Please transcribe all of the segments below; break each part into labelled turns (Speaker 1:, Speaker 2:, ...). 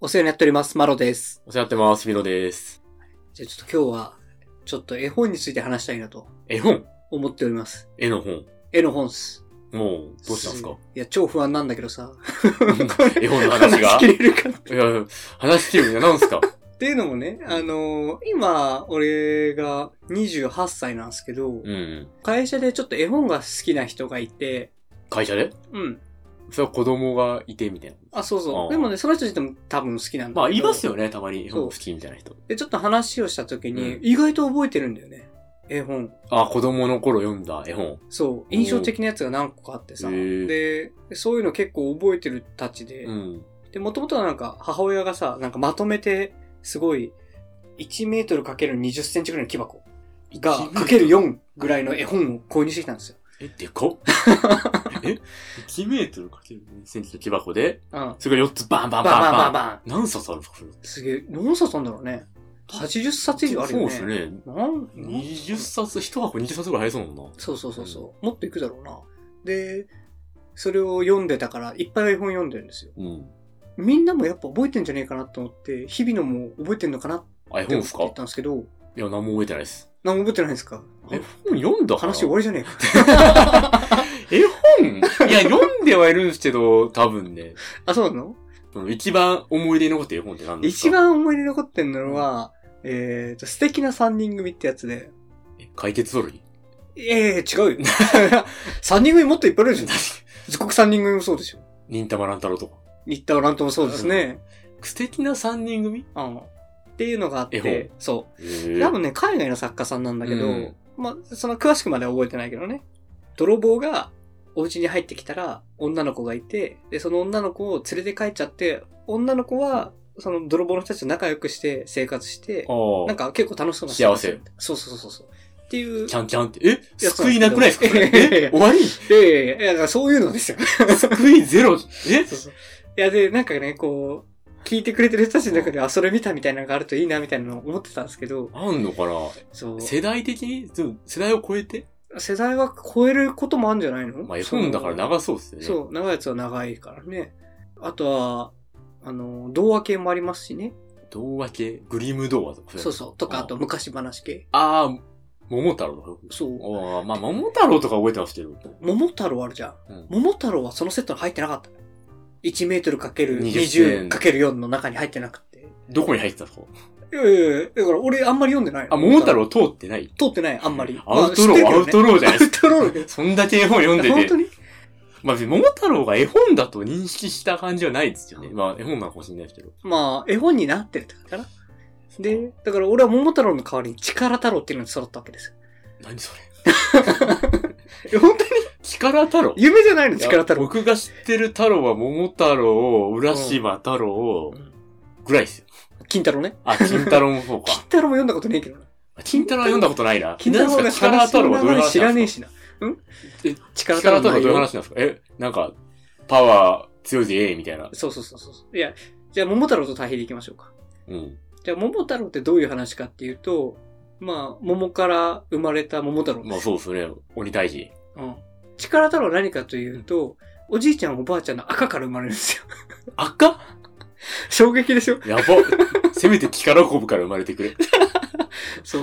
Speaker 1: お世話になっております。マロです。
Speaker 2: お世話になってます、ひみのです。
Speaker 1: じゃあちょっと今日は、ちょっと絵本について話したいなと
Speaker 2: 絵本
Speaker 1: 思っております。
Speaker 2: 絵の本。
Speaker 1: 絵の本っす。
Speaker 2: もう、どうしたんですか
Speaker 1: いや、超不安なんだけどさ。
Speaker 2: 絵本の話が
Speaker 1: 切れるか。っ
Speaker 2: いや、話してるんじゃなんすか
Speaker 1: ていうのもね、あのー今、俺が28歳なんですけど、
Speaker 2: うん。
Speaker 1: 会社でちょっと絵本が好きな人がいて、
Speaker 2: 会社で
Speaker 1: うん。
Speaker 2: それは子供がいてみたいな。
Speaker 1: あ、そう
Speaker 2: あ
Speaker 1: そう。
Speaker 2: ー
Speaker 1: でもね、その人自体も多分好きなんだけど。
Speaker 2: まあ、いますよね、たまに絵
Speaker 1: そう
Speaker 2: 本好きみたいな人。
Speaker 1: で、ちょっと話をした時に、
Speaker 2: うん
Speaker 1: 意外と覚えてるんだよね。絵本。
Speaker 2: あ、子供の頃読んだ絵本。
Speaker 1: そう。印象的なやつが何個かあってさ。
Speaker 2: へー
Speaker 1: で、そういうの結構覚えてるたちで。
Speaker 2: うん。
Speaker 1: で、もともとはなんか母親がさ、なんかまとめて、すごい、1メートルかける20センチぐらいの木箱が、かける4ぐらいの絵本を購入してきたんですよ。
Speaker 2: え、でか っえ ?1 メートルかける2センチの木箱で、
Speaker 1: うん。バン
Speaker 2: それが4つバンバンバン
Speaker 1: バンバ
Speaker 2: バ
Speaker 1: ン
Speaker 2: ン。
Speaker 1: バン。
Speaker 2: 何冊あるんですかそれ
Speaker 1: すげえ、何冊あんだろうね。80冊以上あるよね。
Speaker 2: そうですね。
Speaker 1: なんなん
Speaker 2: 20冊、1箱20冊ぐらい入りそうだもんな。
Speaker 1: そうそうそうそう。もっといくだろうな。で、それを読んでたから、いっぱい絵本読んでるんですよ。
Speaker 2: うん。
Speaker 1: みんなもやっぱ覚えてんじゃねえかなと思って、日々のも覚えてんのかなって
Speaker 2: あ、絵本
Speaker 1: 思
Speaker 2: で
Speaker 1: っ
Speaker 2: す
Speaker 1: て
Speaker 2: か
Speaker 1: 言ったんですけど、
Speaker 2: いや、何も覚えてないです。
Speaker 1: 何も覚えてないんですか
Speaker 2: 絵本読んだかな
Speaker 1: 話終わりじゃねえ か。
Speaker 2: 絵本いや、読んではいるんですけど、多分ね、
Speaker 1: あ、そうなの
Speaker 2: その一番思い出に残ってる絵本って何ですか
Speaker 1: 一番思い出に残ってんのは、えっ、と、素敵な三人組ってやつで、
Speaker 2: え解決ぞろり。
Speaker 1: ええ違うよ。 三人組もっといっぱいあるでしょ。自国三人組もそうでしょ。
Speaker 2: 忍たま乱太郎とか。
Speaker 1: 新田蘭ともそうですね。
Speaker 2: 素敵な三人組
Speaker 1: うん。っていうのがあっ
Speaker 2: 絵
Speaker 1: て
Speaker 2: 本、
Speaker 1: そう。
Speaker 2: えー
Speaker 1: 多分ね、海外の作家さんなんだけど、
Speaker 2: うん
Speaker 1: まあ、その詳しくまでは覚えてないけどね。泥棒がお家に入ってきたら、女の子がいて、で、その女の子を連れて帰っちゃって、女の子は、その泥棒の人たちと仲良くして生活して、
Speaker 2: ああ。
Speaker 1: なんか結構楽しそうな
Speaker 2: 幸せ。
Speaker 1: そうそうそうそう。っていう。
Speaker 2: ちゃんちゃんって、え
Speaker 1: や
Speaker 2: 救いなくないですか
Speaker 1: そうなんですけど
Speaker 2: え終わり
Speaker 1: いやいやいやいや、だからそういうのですよ。
Speaker 2: 救いゼロえ
Speaker 1: そうそう。いや、で、なんかね、こう、聞いてくれてる人たちの中で、あ、それ見たみたいなのがあるといいな、みたいなのを思ってたんですけど、
Speaker 2: あんのかな
Speaker 1: そう。
Speaker 2: 世代的にでも世代を超えて
Speaker 1: 世代は超えることもあるんじゃないの
Speaker 2: まあ絵本だから長そうですよね。
Speaker 1: そう、そう長いやつは長いからね。あとは、あの、童話系もありますしね。
Speaker 2: 童話系グリム童話とか。
Speaker 1: そうそう。とか、
Speaker 2: あ
Speaker 1: あと昔話系。
Speaker 2: ああ、桃太郎とか。
Speaker 1: そう。
Speaker 2: ああ、まあ桃太郎とか覚えてますけど。
Speaker 1: 桃太郎あるじゃん。
Speaker 2: うん
Speaker 1: 桃太郎はそのセットに入ってなかった。1メートルかける20
Speaker 2: 20
Speaker 1: かける4の中に入ってなくて。
Speaker 2: どこに入ってたんですか
Speaker 1: いやいやいやだから俺あんまり読んでないの
Speaker 2: あ、桃太郎通ってない
Speaker 1: 通ってない、あんまり。
Speaker 2: アウトロー、
Speaker 1: まあ
Speaker 2: アウトローじゃない
Speaker 1: 知
Speaker 2: で
Speaker 1: っ
Speaker 2: す
Speaker 1: てるけどねアウトローだけど
Speaker 2: か。そんだけ絵本読んで
Speaker 1: 本当
Speaker 2: て。
Speaker 1: に
Speaker 2: まあ、桃太郎が絵本だと認識した感じはないですよね。まあ、絵本なのかもしれないですけど。
Speaker 1: まあ、絵本になってるってことかな。で、だから俺は桃太郎の代わりに力太郎っていうのに揃ったわけですよ。
Speaker 2: 何それ
Speaker 1: え、本当に
Speaker 2: 力太郎
Speaker 1: 夢じゃないの力太
Speaker 2: いや
Speaker 1: 郎。
Speaker 2: 僕が知ってる太郎は桃太郎、浦島太郎
Speaker 1: うん、
Speaker 2: ぐらいですよ。
Speaker 1: 金太郎ね。
Speaker 2: あ、金太郎もそう
Speaker 1: 金
Speaker 2: か。
Speaker 1: 太郎も読んだことねえけどな。
Speaker 2: 金太郎は読んだことないな。
Speaker 1: 金太郎
Speaker 2: なん
Speaker 1: が
Speaker 2: ですか力太郎はどういう話なんですか
Speaker 1: 知らねえしな。うん
Speaker 2: え
Speaker 1: 力
Speaker 2: 力太郎は
Speaker 1: 内
Speaker 2: どう
Speaker 1: 容
Speaker 2: いう話なんですかえ、なんか、パワー強いぜ、みたいな。
Speaker 1: そうそうそうそう。いや、じゃあ桃太郎と対比でいきましょうか。
Speaker 2: うん。
Speaker 1: じゃあ桃太郎ってどういう話かっていうと、まあ、桃から生まれた桃太郎で
Speaker 2: まあ
Speaker 1: す。
Speaker 2: そうですね。鬼退治。
Speaker 1: うん。力太郎は何かというと、おじいちゃんおばあちゃんの赤から生まれるんですよ。
Speaker 2: 赤
Speaker 1: 衝撃でしょ
Speaker 2: やば。せめて力こぶから生まれてくれ。
Speaker 1: そう。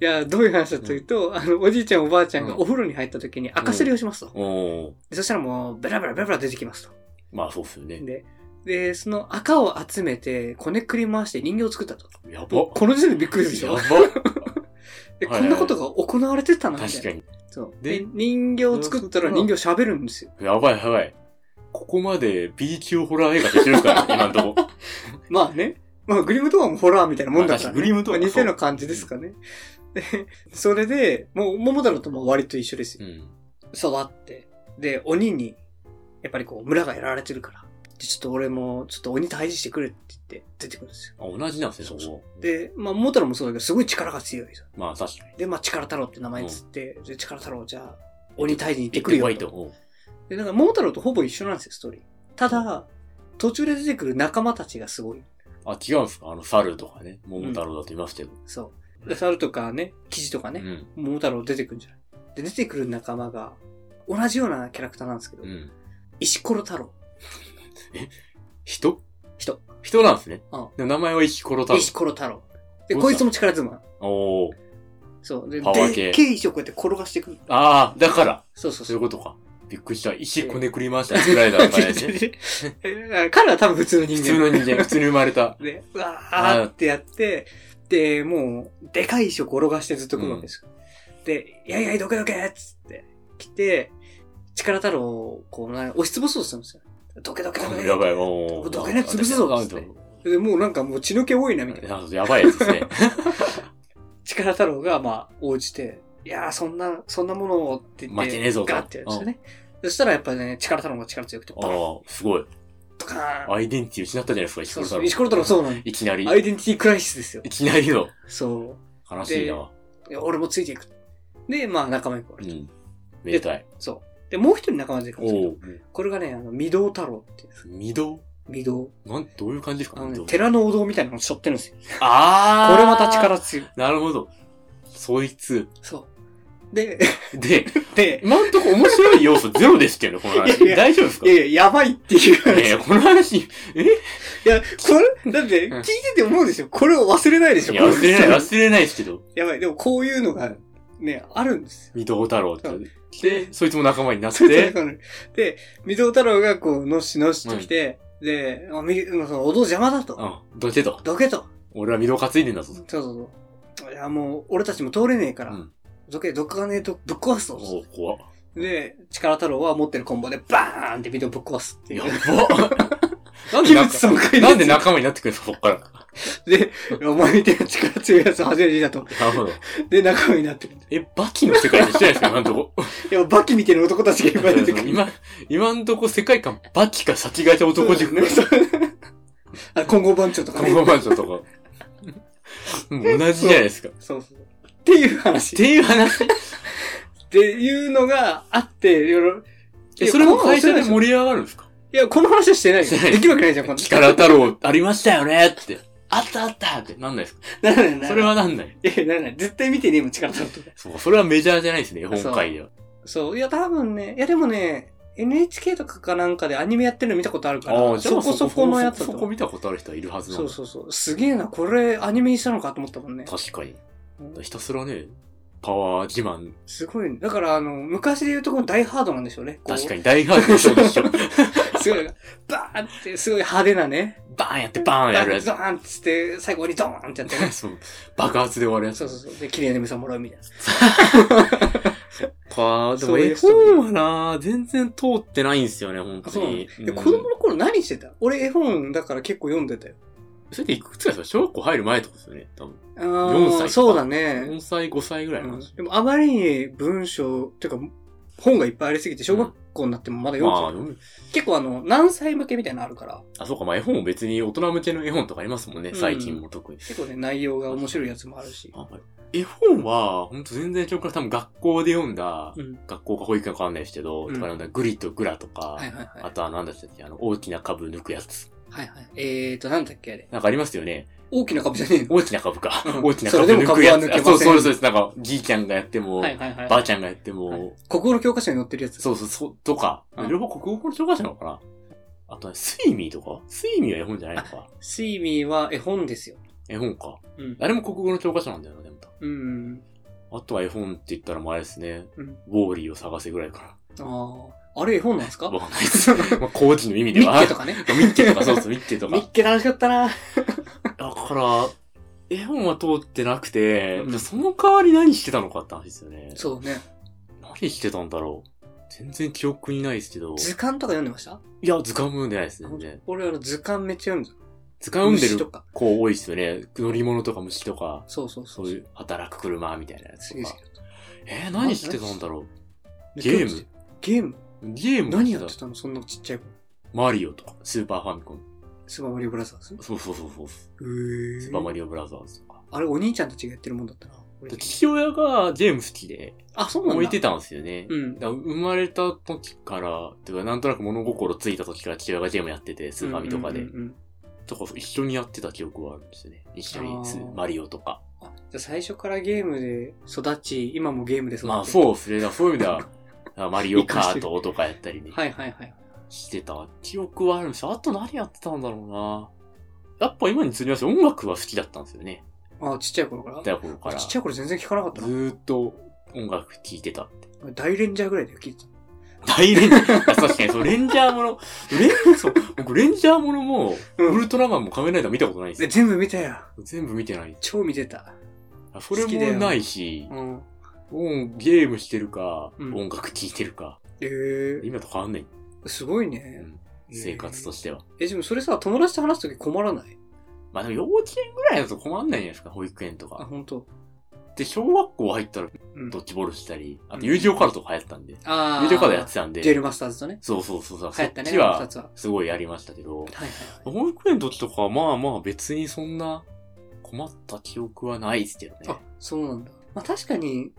Speaker 1: いや、どういう話かというと、あの、おじいちゃんおばあちゃんがお風呂に入った時に赤すりをしますと。
Speaker 2: おー。
Speaker 1: そしたらもう、ベラベラベラベラ出てきますと。
Speaker 2: まあそうっすよね。
Speaker 1: で、で、その赤を集めて、こねくり回して人形を作ったと。
Speaker 2: やば。
Speaker 1: もうこの時点でびっくりでし
Speaker 2: や
Speaker 1: ょ
Speaker 2: ば。
Speaker 1: で、
Speaker 2: はい
Speaker 1: こんなことが行われてたなんて。
Speaker 2: 確かに。
Speaker 1: そう。
Speaker 2: で
Speaker 1: で、人形を作ったら人形喋るんですよ。
Speaker 2: やばいやばい。ここまで B 級ホラー映画できるから、今んとこ。
Speaker 1: まあね。まあ、グリムドアもホラーみたいなもんだから、
Speaker 2: まあ確かにグリムドア
Speaker 1: まあ、似たような
Speaker 2: そう
Speaker 1: 感じですかね。で、それで、もう、桃太郎とも割と一緒です
Speaker 2: う
Speaker 1: よ。
Speaker 2: ん。
Speaker 1: 育って。で、鬼に、やっぱりこう、村がやられてるから。でちょっと俺も、ちょっと鬼退治してくれって言って、出てくるんですよ。
Speaker 2: あ、同じなんです
Speaker 1: そ
Speaker 2: ね、
Speaker 1: う
Speaker 2: そ
Speaker 1: そ
Speaker 2: こ。
Speaker 1: う。で、まあ、桃太郎もそうだけど、すごい力が強いですよ。
Speaker 2: まあ確かに。
Speaker 1: で、まあ、力太郎って名前つって、で、力太郎じゃあ、鬼退治に行ってくる
Speaker 2: 怖
Speaker 1: よ
Speaker 2: いと
Speaker 1: と。
Speaker 2: 思う。
Speaker 1: で、なんか、桃太郎とほぼ一緒なんですよ、ストーリー。ただ、途中で出てくる仲間たちがすごい。
Speaker 2: あ、違うんすかあの、猿とかね。桃太郎だと言いますけど。
Speaker 1: そう。で、猿とかね、キジとか
Speaker 2: う
Speaker 1: ね、
Speaker 2: ん。
Speaker 1: 桃太郎出てくるんじゃないで、出てくる仲間が、同じようなキャラクターなんですけど、
Speaker 2: うん。
Speaker 1: 石ころ太郎。
Speaker 2: 人
Speaker 1: 人。
Speaker 2: 人なんですね。
Speaker 1: うん
Speaker 2: で名前は石ころ太郎。
Speaker 1: 石ころ太郎。で、
Speaker 2: どうした
Speaker 1: こいつも力妻。
Speaker 2: おー。
Speaker 1: そう。で、
Speaker 2: パワー系
Speaker 1: でっけえ石をこうやって転がしていく。
Speaker 2: ああ、だから、
Speaker 1: そうそう
Speaker 2: そう
Speaker 1: そ
Speaker 2: いう
Speaker 1: う。
Speaker 2: ことか。びっくりした。石こねくりました。スライダーの場合です ね
Speaker 1: え彼は多分普通の人
Speaker 2: 普
Speaker 1: 間。
Speaker 2: 通の人間、普通に生まれた。
Speaker 1: で、うわーってやって、で、もう、でかい石を転がしてずっと来るわけですよ。で、やいやいどけどけっつって、来て、力太郎を、こう、なん押しつぶそうとするんですよ。どけどけどけ。
Speaker 2: やばい、もう。
Speaker 1: どけね潰すぞ
Speaker 2: アウト
Speaker 1: つっ。で、もうなんかもう血の気多いな、みたいな。
Speaker 2: あやばいやつですね。
Speaker 1: 力太郎が、まあ、応じて、いやー、そんな、そんなものをって言って、
Speaker 2: 負けねえぞと
Speaker 1: ガッてやるんですよね。そしたらやっぱね、力太郎が力強くて、
Speaker 2: あ
Speaker 1: バーン
Speaker 2: あ、すごい。
Speaker 1: とかーン。
Speaker 2: アイデンティティ失ったじゃないですか、石こ
Speaker 1: そうそう、
Speaker 2: ろ太郎。
Speaker 1: 石ころ太郎そうなの。
Speaker 2: いきなり
Speaker 1: ア。イデンティティクライシスですよ
Speaker 2: い。きなりの。
Speaker 1: そう。
Speaker 2: 悲しいな。
Speaker 1: いや俺もついていく。で、まあ仲間に来
Speaker 2: う
Speaker 1: る、
Speaker 2: ん。めでたい。
Speaker 1: そう。で、もう一人仲間に出てくるんです
Speaker 2: お
Speaker 1: けど、
Speaker 2: お。
Speaker 1: これがね、あの、御堂太郎っていう。
Speaker 2: 未動
Speaker 1: 御堂。
Speaker 2: なん、どういう感じです
Speaker 1: あ
Speaker 2: か
Speaker 1: のね
Speaker 2: 御、堂
Speaker 1: 寺のお堂みたいなのを背負ってるんですよ。こ
Speaker 2: ああ
Speaker 1: れまた。力強い。
Speaker 2: なるほど。そいつ。
Speaker 1: そう。で、
Speaker 2: で、
Speaker 1: で、
Speaker 2: 今んとこ面白い要素 ゼロでしたよね、この
Speaker 1: い
Speaker 2: 話。
Speaker 1: やいや
Speaker 2: 大丈夫ですか
Speaker 1: いやいや、やばいっていう話。
Speaker 2: いやいやこの話、
Speaker 1: いや、これ、だって、
Speaker 2: うん
Speaker 1: 聞いてて思うでしょ。これを忘れないでしょ。
Speaker 2: いや忘れない、
Speaker 1: この人
Speaker 2: 忘れないですけど。
Speaker 1: やばい。でも、こういうのが、ね、あるんですよ。
Speaker 2: 御堂太郎って
Speaker 1: う。
Speaker 2: で、そいつも仲間になっ
Speaker 1: そういう
Speaker 2: て
Speaker 1: と。ころにで、御堂太郎が、こう、のしのしと来て、で、あみそのお堂邪魔だと。
Speaker 2: うん。どけと。
Speaker 1: どけと。
Speaker 2: 俺は御堂担いでんだぞ。
Speaker 1: そうそうそう。いや、もう、俺たちも通れねえから、
Speaker 2: うん
Speaker 1: どけ、どっかがねえとぶっ壊す
Speaker 2: お
Speaker 1: と。
Speaker 2: お怖っ。
Speaker 1: で、力太郎は持ってるコンボでバーンってビデオぶっ壊すってい
Speaker 2: や
Speaker 1: う。
Speaker 2: ばなんで
Speaker 1: 樋口
Speaker 2: 仲
Speaker 1: さん か
Speaker 2: なんで仲間になってくるんですか、そっから。
Speaker 1: で、お前みたいな力強いやつ初めてだと。
Speaker 2: なるほど。
Speaker 1: で、仲間になってる。
Speaker 2: え、バキの世界でしてないですか、今んとこ。
Speaker 1: いや、バキみたいな男たちがいっぱい出てくる。
Speaker 2: 今、今んとこ世界観、バキか先がいた男塾。
Speaker 1: そうね。あ、混合番長とか
Speaker 2: コ
Speaker 1: ね。
Speaker 2: ンボマンションとか。もう同じじゃないですか。っ
Speaker 1: そうそう。っていう話。
Speaker 2: ていう話。
Speaker 1: っていうのがあって、いろいろ。
Speaker 2: え、それも
Speaker 1: この
Speaker 2: 会社で盛り上がるんですか
Speaker 1: いや、この話はしてないよ。
Speaker 2: してない
Speaker 1: できるわけないじゃん、こんな。
Speaker 2: 力太郎、ありましたよねって。あったあったって。なんないですか
Speaker 1: ならないならない。
Speaker 2: それはなんない。
Speaker 1: いや、ならない。絶対見てねえもん、力太郎とか。
Speaker 2: そう、それはメジャーじゃないですね、本会では。
Speaker 1: そう。いや、多分ね、いや、でもね、NHK とかかなんかでアニメやってるの見たことあるから、
Speaker 2: じゃ
Speaker 1: そこそこのやつだと
Speaker 2: そこ
Speaker 1: 思う。
Speaker 2: 見たことある人はいるはずな
Speaker 1: そ
Speaker 2: ん
Speaker 1: う
Speaker 2: だ。
Speaker 1: そうそう。すげえな、これアニメにしたのかと思ったもんね。
Speaker 2: 確かに
Speaker 1: う。ん
Speaker 2: ひたすらね、パワー自慢。
Speaker 1: すごい、ね。だから、あの、昔で言うとこの大ハードなんでしょうね。こう
Speaker 2: 確かに大ハードでしょ、で しょ。
Speaker 1: すごい、バーンって、すごい派手なね。
Speaker 2: バーンやってバーンや るやつ。
Speaker 1: ド。ーンっつって、最後にドーンってやってね
Speaker 2: そう爆発で終わるやつ。
Speaker 1: そうそうそう。で、綺麗な目さもらうみたいな。
Speaker 2: かで
Speaker 1: そ
Speaker 2: も
Speaker 1: うい
Speaker 2: 絵
Speaker 1: う人もいる
Speaker 2: 本はな、全然通ってないんですよね、本
Speaker 1: あ、そうな
Speaker 2: 当
Speaker 1: の、
Speaker 2: に。
Speaker 1: いや
Speaker 2: うん
Speaker 1: 子供の頃何してた俺絵本だから結構読んでたよ。
Speaker 2: それでいくつかですか小学校入る前ってことですよね、多分。
Speaker 1: あ
Speaker 2: 4歳と
Speaker 1: ー
Speaker 2: か
Speaker 1: そうだね。
Speaker 2: 4歳、5歳ぐらいの話。
Speaker 1: でもあまりに文章、てか本がいっぱいありすぎて、小学校になってもまだ
Speaker 2: ま
Speaker 1: 読
Speaker 2: あ、
Speaker 1: んで
Speaker 2: 読
Speaker 1: ない、
Speaker 2: む。
Speaker 1: 結構あの、何歳向けみたいなのあるから、
Speaker 2: あ、そうか、まあ絵本も別に大人向けの絵本とかありますもんね、最近も特に。
Speaker 1: 結構ね、内容が面白いやつもあるし。
Speaker 2: あ絵本は、ほんと全然記憶から多分学校で読んだ、
Speaker 1: うん。
Speaker 2: 学校か保育園かわかんないですけど、
Speaker 1: うん
Speaker 2: とか読んだグリとグラとか、
Speaker 1: はいはいはい
Speaker 2: あ。とは何だったっけ、あの、大きな株抜くやつ。
Speaker 1: はいはい。えーと、なんだっけあれ。
Speaker 2: なんかありますよね。
Speaker 1: 大きな株じゃねえの
Speaker 2: 大きな株か
Speaker 1: う。ん
Speaker 2: 大きな株抜くやつ。
Speaker 1: それでも株は抜けません
Speaker 2: そうそうそうです。なんか、じいちゃんがやっても、
Speaker 1: はいはいはい。
Speaker 2: ばあちゃんがやっても、
Speaker 1: はい国語の教科書に載ってるやつ。
Speaker 2: そうそう、そう、とか、
Speaker 1: うん
Speaker 2: 両方国語の教科書なのかなあとね、スイミーとかスイミーは絵本じゃないのか
Speaker 1: スイミーは絵本ですよ。
Speaker 2: 絵本か。
Speaker 1: うん。
Speaker 2: あれも国語の教科書なんだよな、でも。
Speaker 1: うん。
Speaker 2: あとは絵本って言ったらもうあれですね。
Speaker 1: うん
Speaker 2: ウォーリーを探せぐらいか
Speaker 1: ああ。あれ絵本なんです
Speaker 2: な。
Speaker 1: か
Speaker 2: わ
Speaker 1: ミ
Speaker 2: かんないです。まあ、工事の意味では。
Speaker 1: ッケとかね。
Speaker 2: ミッケとか、そうそう、ミッケとか
Speaker 1: ミ。ッケ楽しかったな。
Speaker 2: だから、絵本は通ってなくて、
Speaker 1: うん
Speaker 2: じゃあその代わり何してたのかって話ですよね。
Speaker 1: そうね。
Speaker 2: 何してたんだろう。全然記憶にないですけど。
Speaker 1: 図鑑とか読んでました
Speaker 2: いや、図鑑も読んでないですね。全然
Speaker 1: 俺あの図鑑めっちゃ読んでた。
Speaker 2: 図鑑読
Speaker 1: 虫
Speaker 2: ん
Speaker 1: と
Speaker 2: でる
Speaker 1: か。
Speaker 2: 子多いですよね。乗り物とか虫とか。
Speaker 1: そうそうそ。
Speaker 2: そうういう働く車みたいなや
Speaker 1: す
Speaker 2: つと
Speaker 1: げえ好
Speaker 2: か
Speaker 1: き。だった。
Speaker 2: えー、何してたんだろう
Speaker 1: で
Speaker 2: ゲーム
Speaker 1: ゲーム
Speaker 2: ゲーム
Speaker 1: 何やって
Speaker 2: た
Speaker 1: たのそんなちっちゃい子。
Speaker 2: マリオとか、スーパーファミコン。
Speaker 1: スーパーマリオブラザーズ
Speaker 2: そうそうそうそう。
Speaker 1: へ
Speaker 2: スーパーマ
Speaker 1: リ
Speaker 2: リオブラザーズとか。
Speaker 1: オ。あれ、お兄ちゃんたちがやってるもんだったな。俺
Speaker 2: 父親がゲーム好きで、
Speaker 1: あ、そうなんだ。
Speaker 2: 置いてたんですよね。
Speaker 1: うん
Speaker 2: だ。から生まれた時から、てかなんとなく物心ついた時から父親がゲームやってて、スーパーミとか
Speaker 1: うん
Speaker 2: で
Speaker 1: うん。うんうん
Speaker 2: とか、一緒にやってた記憶はあるんですよね。一緒
Speaker 1: あー
Speaker 2: にスマリオとか。
Speaker 1: あじゃあ最初からゲームで育ち、今もゲームで育ち。
Speaker 2: まあそうですね。だからそういう意味では、あマリオカートとかやったりね。
Speaker 1: はいはいはい。
Speaker 2: してた記憶はあるんですよ。あと何やってたんだろうな。やっぱ今に釣りまして音楽は好きだったんですよね。
Speaker 1: あ、ちっちゃい頃から
Speaker 2: だ頃から。
Speaker 1: ちっちゃい頃全然聞かなかった
Speaker 2: ず
Speaker 1: な。
Speaker 2: ーっと音楽聴いてたって。
Speaker 1: 大レンジャーぐらいで聞いてた。
Speaker 2: 大レンジャー。確かに、そう、レンジャーもの。レン、そう、僕レンジャーものも、
Speaker 1: うん
Speaker 2: ウルトラマンも仮面ライダー見たことないんです
Speaker 1: で
Speaker 2: よ。
Speaker 1: 全部見たよ。
Speaker 2: 全部見てない。
Speaker 1: 超見てた。
Speaker 2: それ
Speaker 1: 好きだよ
Speaker 2: もないし、
Speaker 1: うん。
Speaker 2: うんゲームしてるか、
Speaker 1: うん
Speaker 2: 音楽聴いてるか。
Speaker 1: えー、
Speaker 2: 今と変わんない。
Speaker 1: すごいね。えー
Speaker 2: 生活としては。
Speaker 1: え、でもそれさ、友達と話すとき困らない
Speaker 2: まあでも幼稚園ぐらいだと困んないじゃないですか、保育園と
Speaker 1: あ、
Speaker 2: か。
Speaker 1: ほんと。
Speaker 2: で、小学校入ったら
Speaker 1: うん
Speaker 2: ドッジボールしたり、あと友情カードとか流行ったんで、
Speaker 1: あー
Speaker 2: 友情カードやってたん
Speaker 1: ジェ
Speaker 2: で、
Speaker 1: ルマスターズとね。
Speaker 2: そうそうそうそう、
Speaker 1: 流
Speaker 2: そ
Speaker 1: 行っ
Speaker 2: った
Speaker 1: ね、
Speaker 2: ち
Speaker 1: 二
Speaker 2: は
Speaker 1: つは。
Speaker 2: すごいやりましたけど、
Speaker 1: はいはいはい。
Speaker 2: 保育園の時とかはまあまあ別にそんな困った記憶はないですけどね。
Speaker 1: あ、そうなんだ。まあ確かに、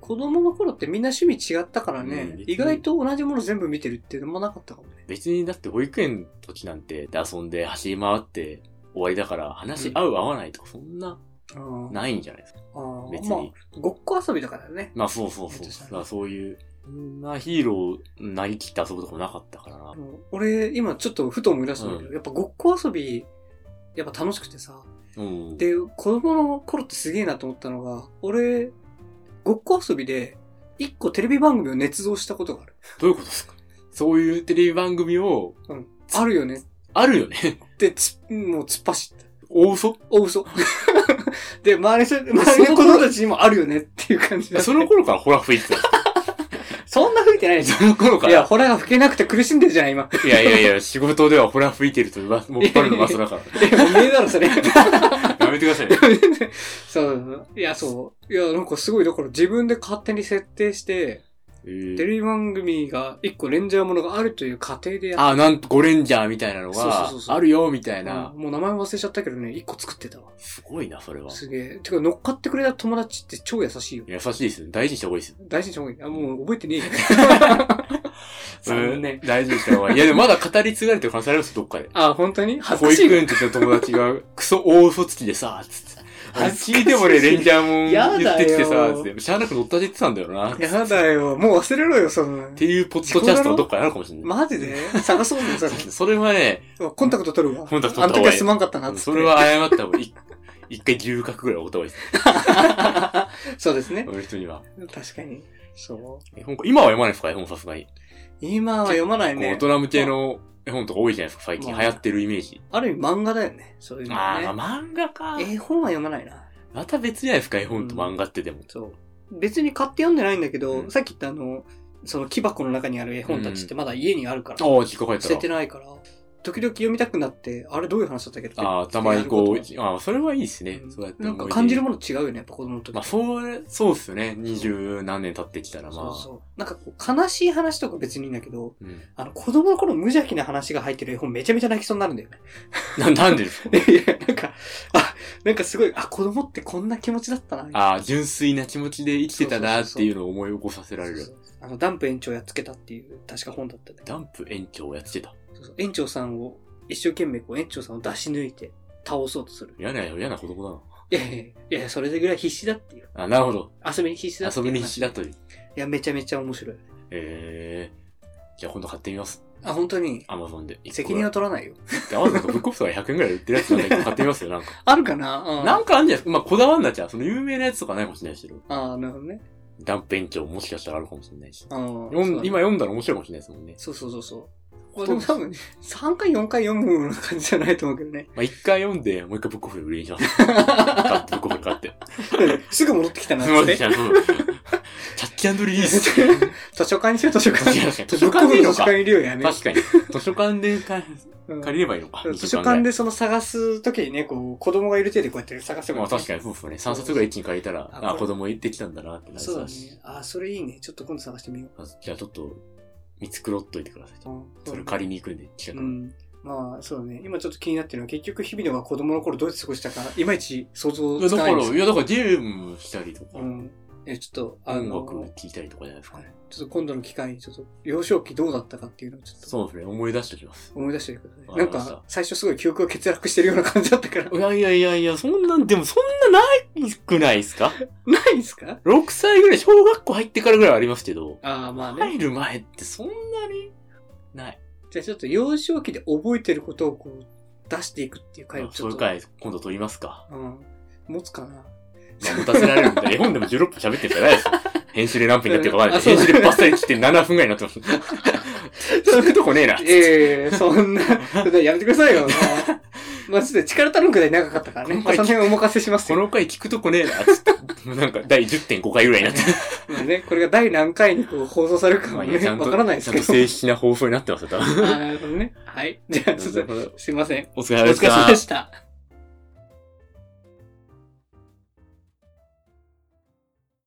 Speaker 1: 子供の頃ってみんな趣味違ったからね、
Speaker 2: うん
Speaker 1: 意外と同じもの全部見てるっていうのもなかったかもね。
Speaker 2: 別にだって保育園の時なんてで遊んで走り回って終わりだから話し合う合わないとかそんな
Speaker 1: あー
Speaker 2: ないんじゃないですか。
Speaker 1: あー
Speaker 2: 別
Speaker 1: まあ
Speaker 2: に。、
Speaker 1: ごっこ遊びとかだよね。
Speaker 2: まあそうそうそう。
Speaker 1: えっとさ
Speaker 2: だからそういう、そんなヒーローになりきって遊ぶとかもなかったからな
Speaker 1: あ。の俺、今ちょっとふと思い出したんだけど、
Speaker 2: う
Speaker 1: やっぱごっこ遊び、やっぱ楽しくてさ。
Speaker 2: うん。
Speaker 1: で、子供の頃ってすげえなと思ったのが、俺、ごっこ遊びで、一個テレビ番組を捏造したことがある。
Speaker 2: どういうことですかそういうテレビ番組を、
Speaker 1: あるよね。
Speaker 2: あるよね。
Speaker 1: で、つ、もう突っ走った。
Speaker 2: 大嘘
Speaker 1: お、嘘。 で、周りの人、周りの子供たちにもあるよねっていう感じだ
Speaker 2: その頃からホラー吹いてたんで
Speaker 1: そんな吹いてないですし
Speaker 2: よ。 その頃
Speaker 1: ょ。
Speaker 2: か
Speaker 1: い
Speaker 2: ら。
Speaker 1: や、ホラーが吹けなくて苦しんでるじゃない、今。
Speaker 2: いやいやいや、仕事ではホラー吹いてると、もっぱらの噂だか
Speaker 1: え、もう見えだろ、 それ。
Speaker 2: ら。 やめてください。
Speaker 1: そう。いや、そう。いや、なんかすごい、だから自分で勝手に設定して、
Speaker 2: え
Speaker 1: テ
Speaker 2: ー
Speaker 1: レビ番組が一個レンジャーものがあるという過程でやっ
Speaker 2: あ、なんと、ゴレンジャーみたいなの
Speaker 1: そうそう
Speaker 2: が
Speaker 1: そう、そう
Speaker 2: あるよ、みたい
Speaker 1: た
Speaker 2: な。
Speaker 1: もう名前忘れちゃったけどね、一個作ってたわ。
Speaker 2: すごいな、それは。
Speaker 1: すげえ。てか、乗っかってくれた友達って超優しいよ。
Speaker 2: 優しいですね。大事にした方がいいですよ。
Speaker 1: 大事にした方がいい。あ、もう覚えてねえよ。残念
Speaker 2: うん大事にした方がいい。いや、でもまだ語り継がれてる可能性ありますよ、どっかで。
Speaker 1: あ、本当に恥ず
Speaker 2: 保
Speaker 1: かし
Speaker 2: 育
Speaker 1: い。
Speaker 2: 園の時の友達が、クソ大嘘つきでさ、つって。
Speaker 1: 恥ずかしい
Speaker 2: 聞いても俺、レンジャーもん
Speaker 1: やだよ
Speaker 2: 言ってきてさ、つって。しゃあなく乗ったって言ってたんだよな。っ
Speaker 1: やだよ。もう忘れろよ、その。
Speaker 2: ていうポッドキャストのどっかにあるかもしれない。
Speaker 1: マジで探そうぜ、それ。
Speaker 2: それはね、
Speaker 1: コンタクト取るわ。
Speaker 2: コンタクト
Speaker 1: あの
Speaker 2: 取っ
Speaker 1: 時
Speaker 2: た方がいい
Speaker 1: はすまんかったな、つって。
Speaker 2: それ。は謝った方がい い。一回牛角ぐらいおった方がいいです。
Speaker 1: そうですね。
Speaker 2: 俺の人には。
Speaker 1: 確かに。そう。
Speaker 2: 絵本今は読まないですか絵本さすがに。
Speaker 1: 今は読まない
Speaker 2: こう大
Speaker 1: ね。
Speaker 2: 人向けの絵本とか多いじゃないですか。最近
Speaker 1: まあ
Speaker 2: 流行ってるイメージ。
Speaker 1: ある意味漫画だよね。そういうの
Speaker 2: あ
Speaker 1: は
Speaker 2: ー、
Speaker 1: ね。
Speaker 2: まあ、漫画か。
Speaker 1: 絵本は読まないな。
Speaker 2: また別じゃないですか、絵本と漫画ってでも。
Speaker 1: そう。別に買って読んでないんだけど、
Speaker 2: うん
Speaker 1: さっき言ったあの、その木箱の中にある絵本たちってまだ家にあるから、
Speaker 2: ああ、実家帰
Speaker 1: 捨
Speaker 2: ってた
Speaker 1: て
Speaker 2: ら。
Speaker 1: ないから、時々読みたくなって、あれどういう話だったっけ
Speaker 2: ああ、たまにこ
Speaker 1: って
Speaker 2: う、ああ、それはいいですね。
Speaker 1: うん
Speaker 2: そうやって。
Speaker 1: なんか感じる
Speaker 2: もん。
Speaker 1: もの違うよね、やっぱ子供の時。
Speaker 2: まあ、そう、そうっすよね。二十何年経ってきたら、まあ。
Speaker 1: そうそう。なんかこう、悲しい話とか別にいいんだけど、
Speaker 2: うん
Speaker 1: あの、子供の頃無邪気な話が入ってる絵本めちゃめちゃ泣きそうになるんだよね。
Speaker 2: な、なんでですか
Speaker 1: いや、なんか、あ、なんかすごい、あ、子供ってこんな気持ちだったな。みたいな
Speaker 2: ああ、純粋な気持ちで生きてたなっていうのを思い起こさせられ
Speaker 1: そ
Speaker 2: る。
Speaker 1: うそうあの、ダンプ園長やっつけたっていう、確か本だったね。
Speaker 2: ダンプ園長をやってた。
Speaker 1: そうそう園長さんを、一生懸命こう、園長さんを出し抜いて、倒そうとする。
Speaker 2: 嫌な、嫌な子供だな。
Speaker 1: いやいやいやいや、それぐらい必死だっていう。
Speaker 2: あ、なるほど。
Speaker 1: 遊びに必死だってい
Speaker 2: 遊
Speaker 1: う
Speaker 2: びに必死だという。
Speaker 1: いや、めちゃめちゃ面白い。
Speaker 2: ええじゃあ今度買ってみます。
Speaker 1: あ、本当に、
Speaker 2: アマゾンで。
Speaker 1: 責任を
Speaker 2: を
Speaker 1: 取らないよ。
Speaker 2: アマゾンとブックオフとかで100円くらい売ってるやつなんか買ってみますよ、なんか。
Speaker 1: あるかなうん
Speaker 2: なんかあるんじゃないですか。まあ、こだわんなっちゃう。その有名なやつとかないかもしれないですけど。
Speaker 1: ああ、なるほどね。
Speaker 2: ダンプ園長もしかしたらあるかもしれないし。
Speaker 1: あー
Speaker 2: 読ん
Speaker 1: そうだね
Speaker 2: 今読んだら面白いかもしれないですもんね。
Speaker 1: そうそうそうそう。まあでも多分、3回4回読むような感じじゃないと思うけどね。
Speaker 2: まあ、一回読んで、もう一回ブックオフで売りにします。買ってブックオフで 買って。
Speaker 1: すぐ戻ってきたなっ
Speaker 2: すいませ
Speaker 1: て
Speaker 2: ん、。じゃあ、そうキャッチアンドリリー ス。
Speaker 1: 図書館にしよう、図書館。
Speaker 2: 図書館でいいのか
Speaker 1: 図書館いるよやめよう
Speaker 2: 確かに。図書館で借
Speaker 1: うん
Speaker 2: りればいいのか。
Speaker 1: 図書館
Speaker 2: で。
Speaker 1: でその探すときにね、こう、子供がいる手でこうやって探せば、
Speaker 2: まあ確かにそうですね。3冊ぐらい一気に借りた
Speaker 1: あ
Speaker 2: ら、あ、
Speaker 1: これ
Speaker 2: 子供行ってきたんだなってなり
Speaker 1: そうだ
Speaker 2: し。
Speaker 1: ね。あ、それいいね。ちょっと今度探してみよ
Speaker 2: あじゃあちょっと、見繕っといてください。
Speaker 1: う。うん
Speaker 2: それ借りに行くんで、近
Speaker 1: う
Speaker 2: くに。
Speaker 1: ん。まあ、そうだね。今ちょっと気になってるのは、結局、日々のが子供の頃どうやって過ごしたか、いまいち想
Speaker 2: い
Speaker 1: 像
Speaker 2: や、
Speaker 1: つ
Speaker 2: だ
Speaker 1: かな
Speaker 2: か
Speaker 1: いん
Speaker 2: ら、
Speaker 1: です
Speaker 2: いや、だからゲームしたりとか
Speaker 1: う、ん。え、ちょっと、あ
Speaker 2: 音
Speaker 1: の、
Speaker 2: 楽聴いたりとかじゃないですかね。
Speaker 1: ちょっと今度の機会に、ちょっと、幼少期どうだったかっていうのをちょっと
Speaker 2: そうですね、思い出しておきます。
Speaker 1: 思い出してください。
Speaker 2: わ
Speaker 1: な
Speaker 2: か
Speaker 1: ん
Speaker 2: りました
Speaker 1: か、最初すごい記憶が欠落してるような感じだったから
Speaker 2: い。やいやいやいや、そんなん、でもそんなないくないですか
Speaker 1: ないんすか
Speaker 2: ?6 歳ぐらい、小学校入ってからぐらいはありますけど、
Speaker 1: ああ、まあね。
Speaker 2: 入る前ってそんなにない。
Speaker 1: じゃあちょっと幼少期で覚えてることをこう出していくっていう回をちょ
Speaker 2: そう
Speaker 1: っ
Speaker 2: いう
Speaker 1: と。
Speaker 2: 回、今度撮りますか。
Speaker 1: うん。持つかな。
Speaker 2: まあ、持たせられるん で、絵本でも16分喋ってるんじゃないですよ。編集で何分になってるかわかんない。
Speaker 1: あそう
Speaker 2: 編集でバッサリ切って7分ぐらいになってます。そういうと こねえな。
Speaker 1: ええそんな、そんなやめてくだ さいよ。まあ、ちょっと力足るくらい長かったからね。まあ、その辺はお任せします
Speaker 2: こ
Speaker 1: よ。
Speaker 2: の回聞くとこねえな。つってもうなんか、第10.5回ぐらいになって
Speaker 1: まあね、これが第何回にこう放送されるか
Speaker 2: まあ
Speaker 1: は
Speaker 2: ね
Speaker 1: ね、
Speaker 2: ちゃんと
Speaker 1: わからないです
Speaker 2: ちゃん
Speaker 1: け
Speaker 2: と
Speaker 1: ど。
Speaker 2: 正式な放送になってますよ、多分。
Speaker 1: あーなるほどね。はい。じゃあ、ちょっと、すいません。
Speaker 2: お疲れ
Speaker 1: お
Speaker 2: 様でし
Speaker 1: 疲れ様
Speaker 2: た
Speaker 1: で。した。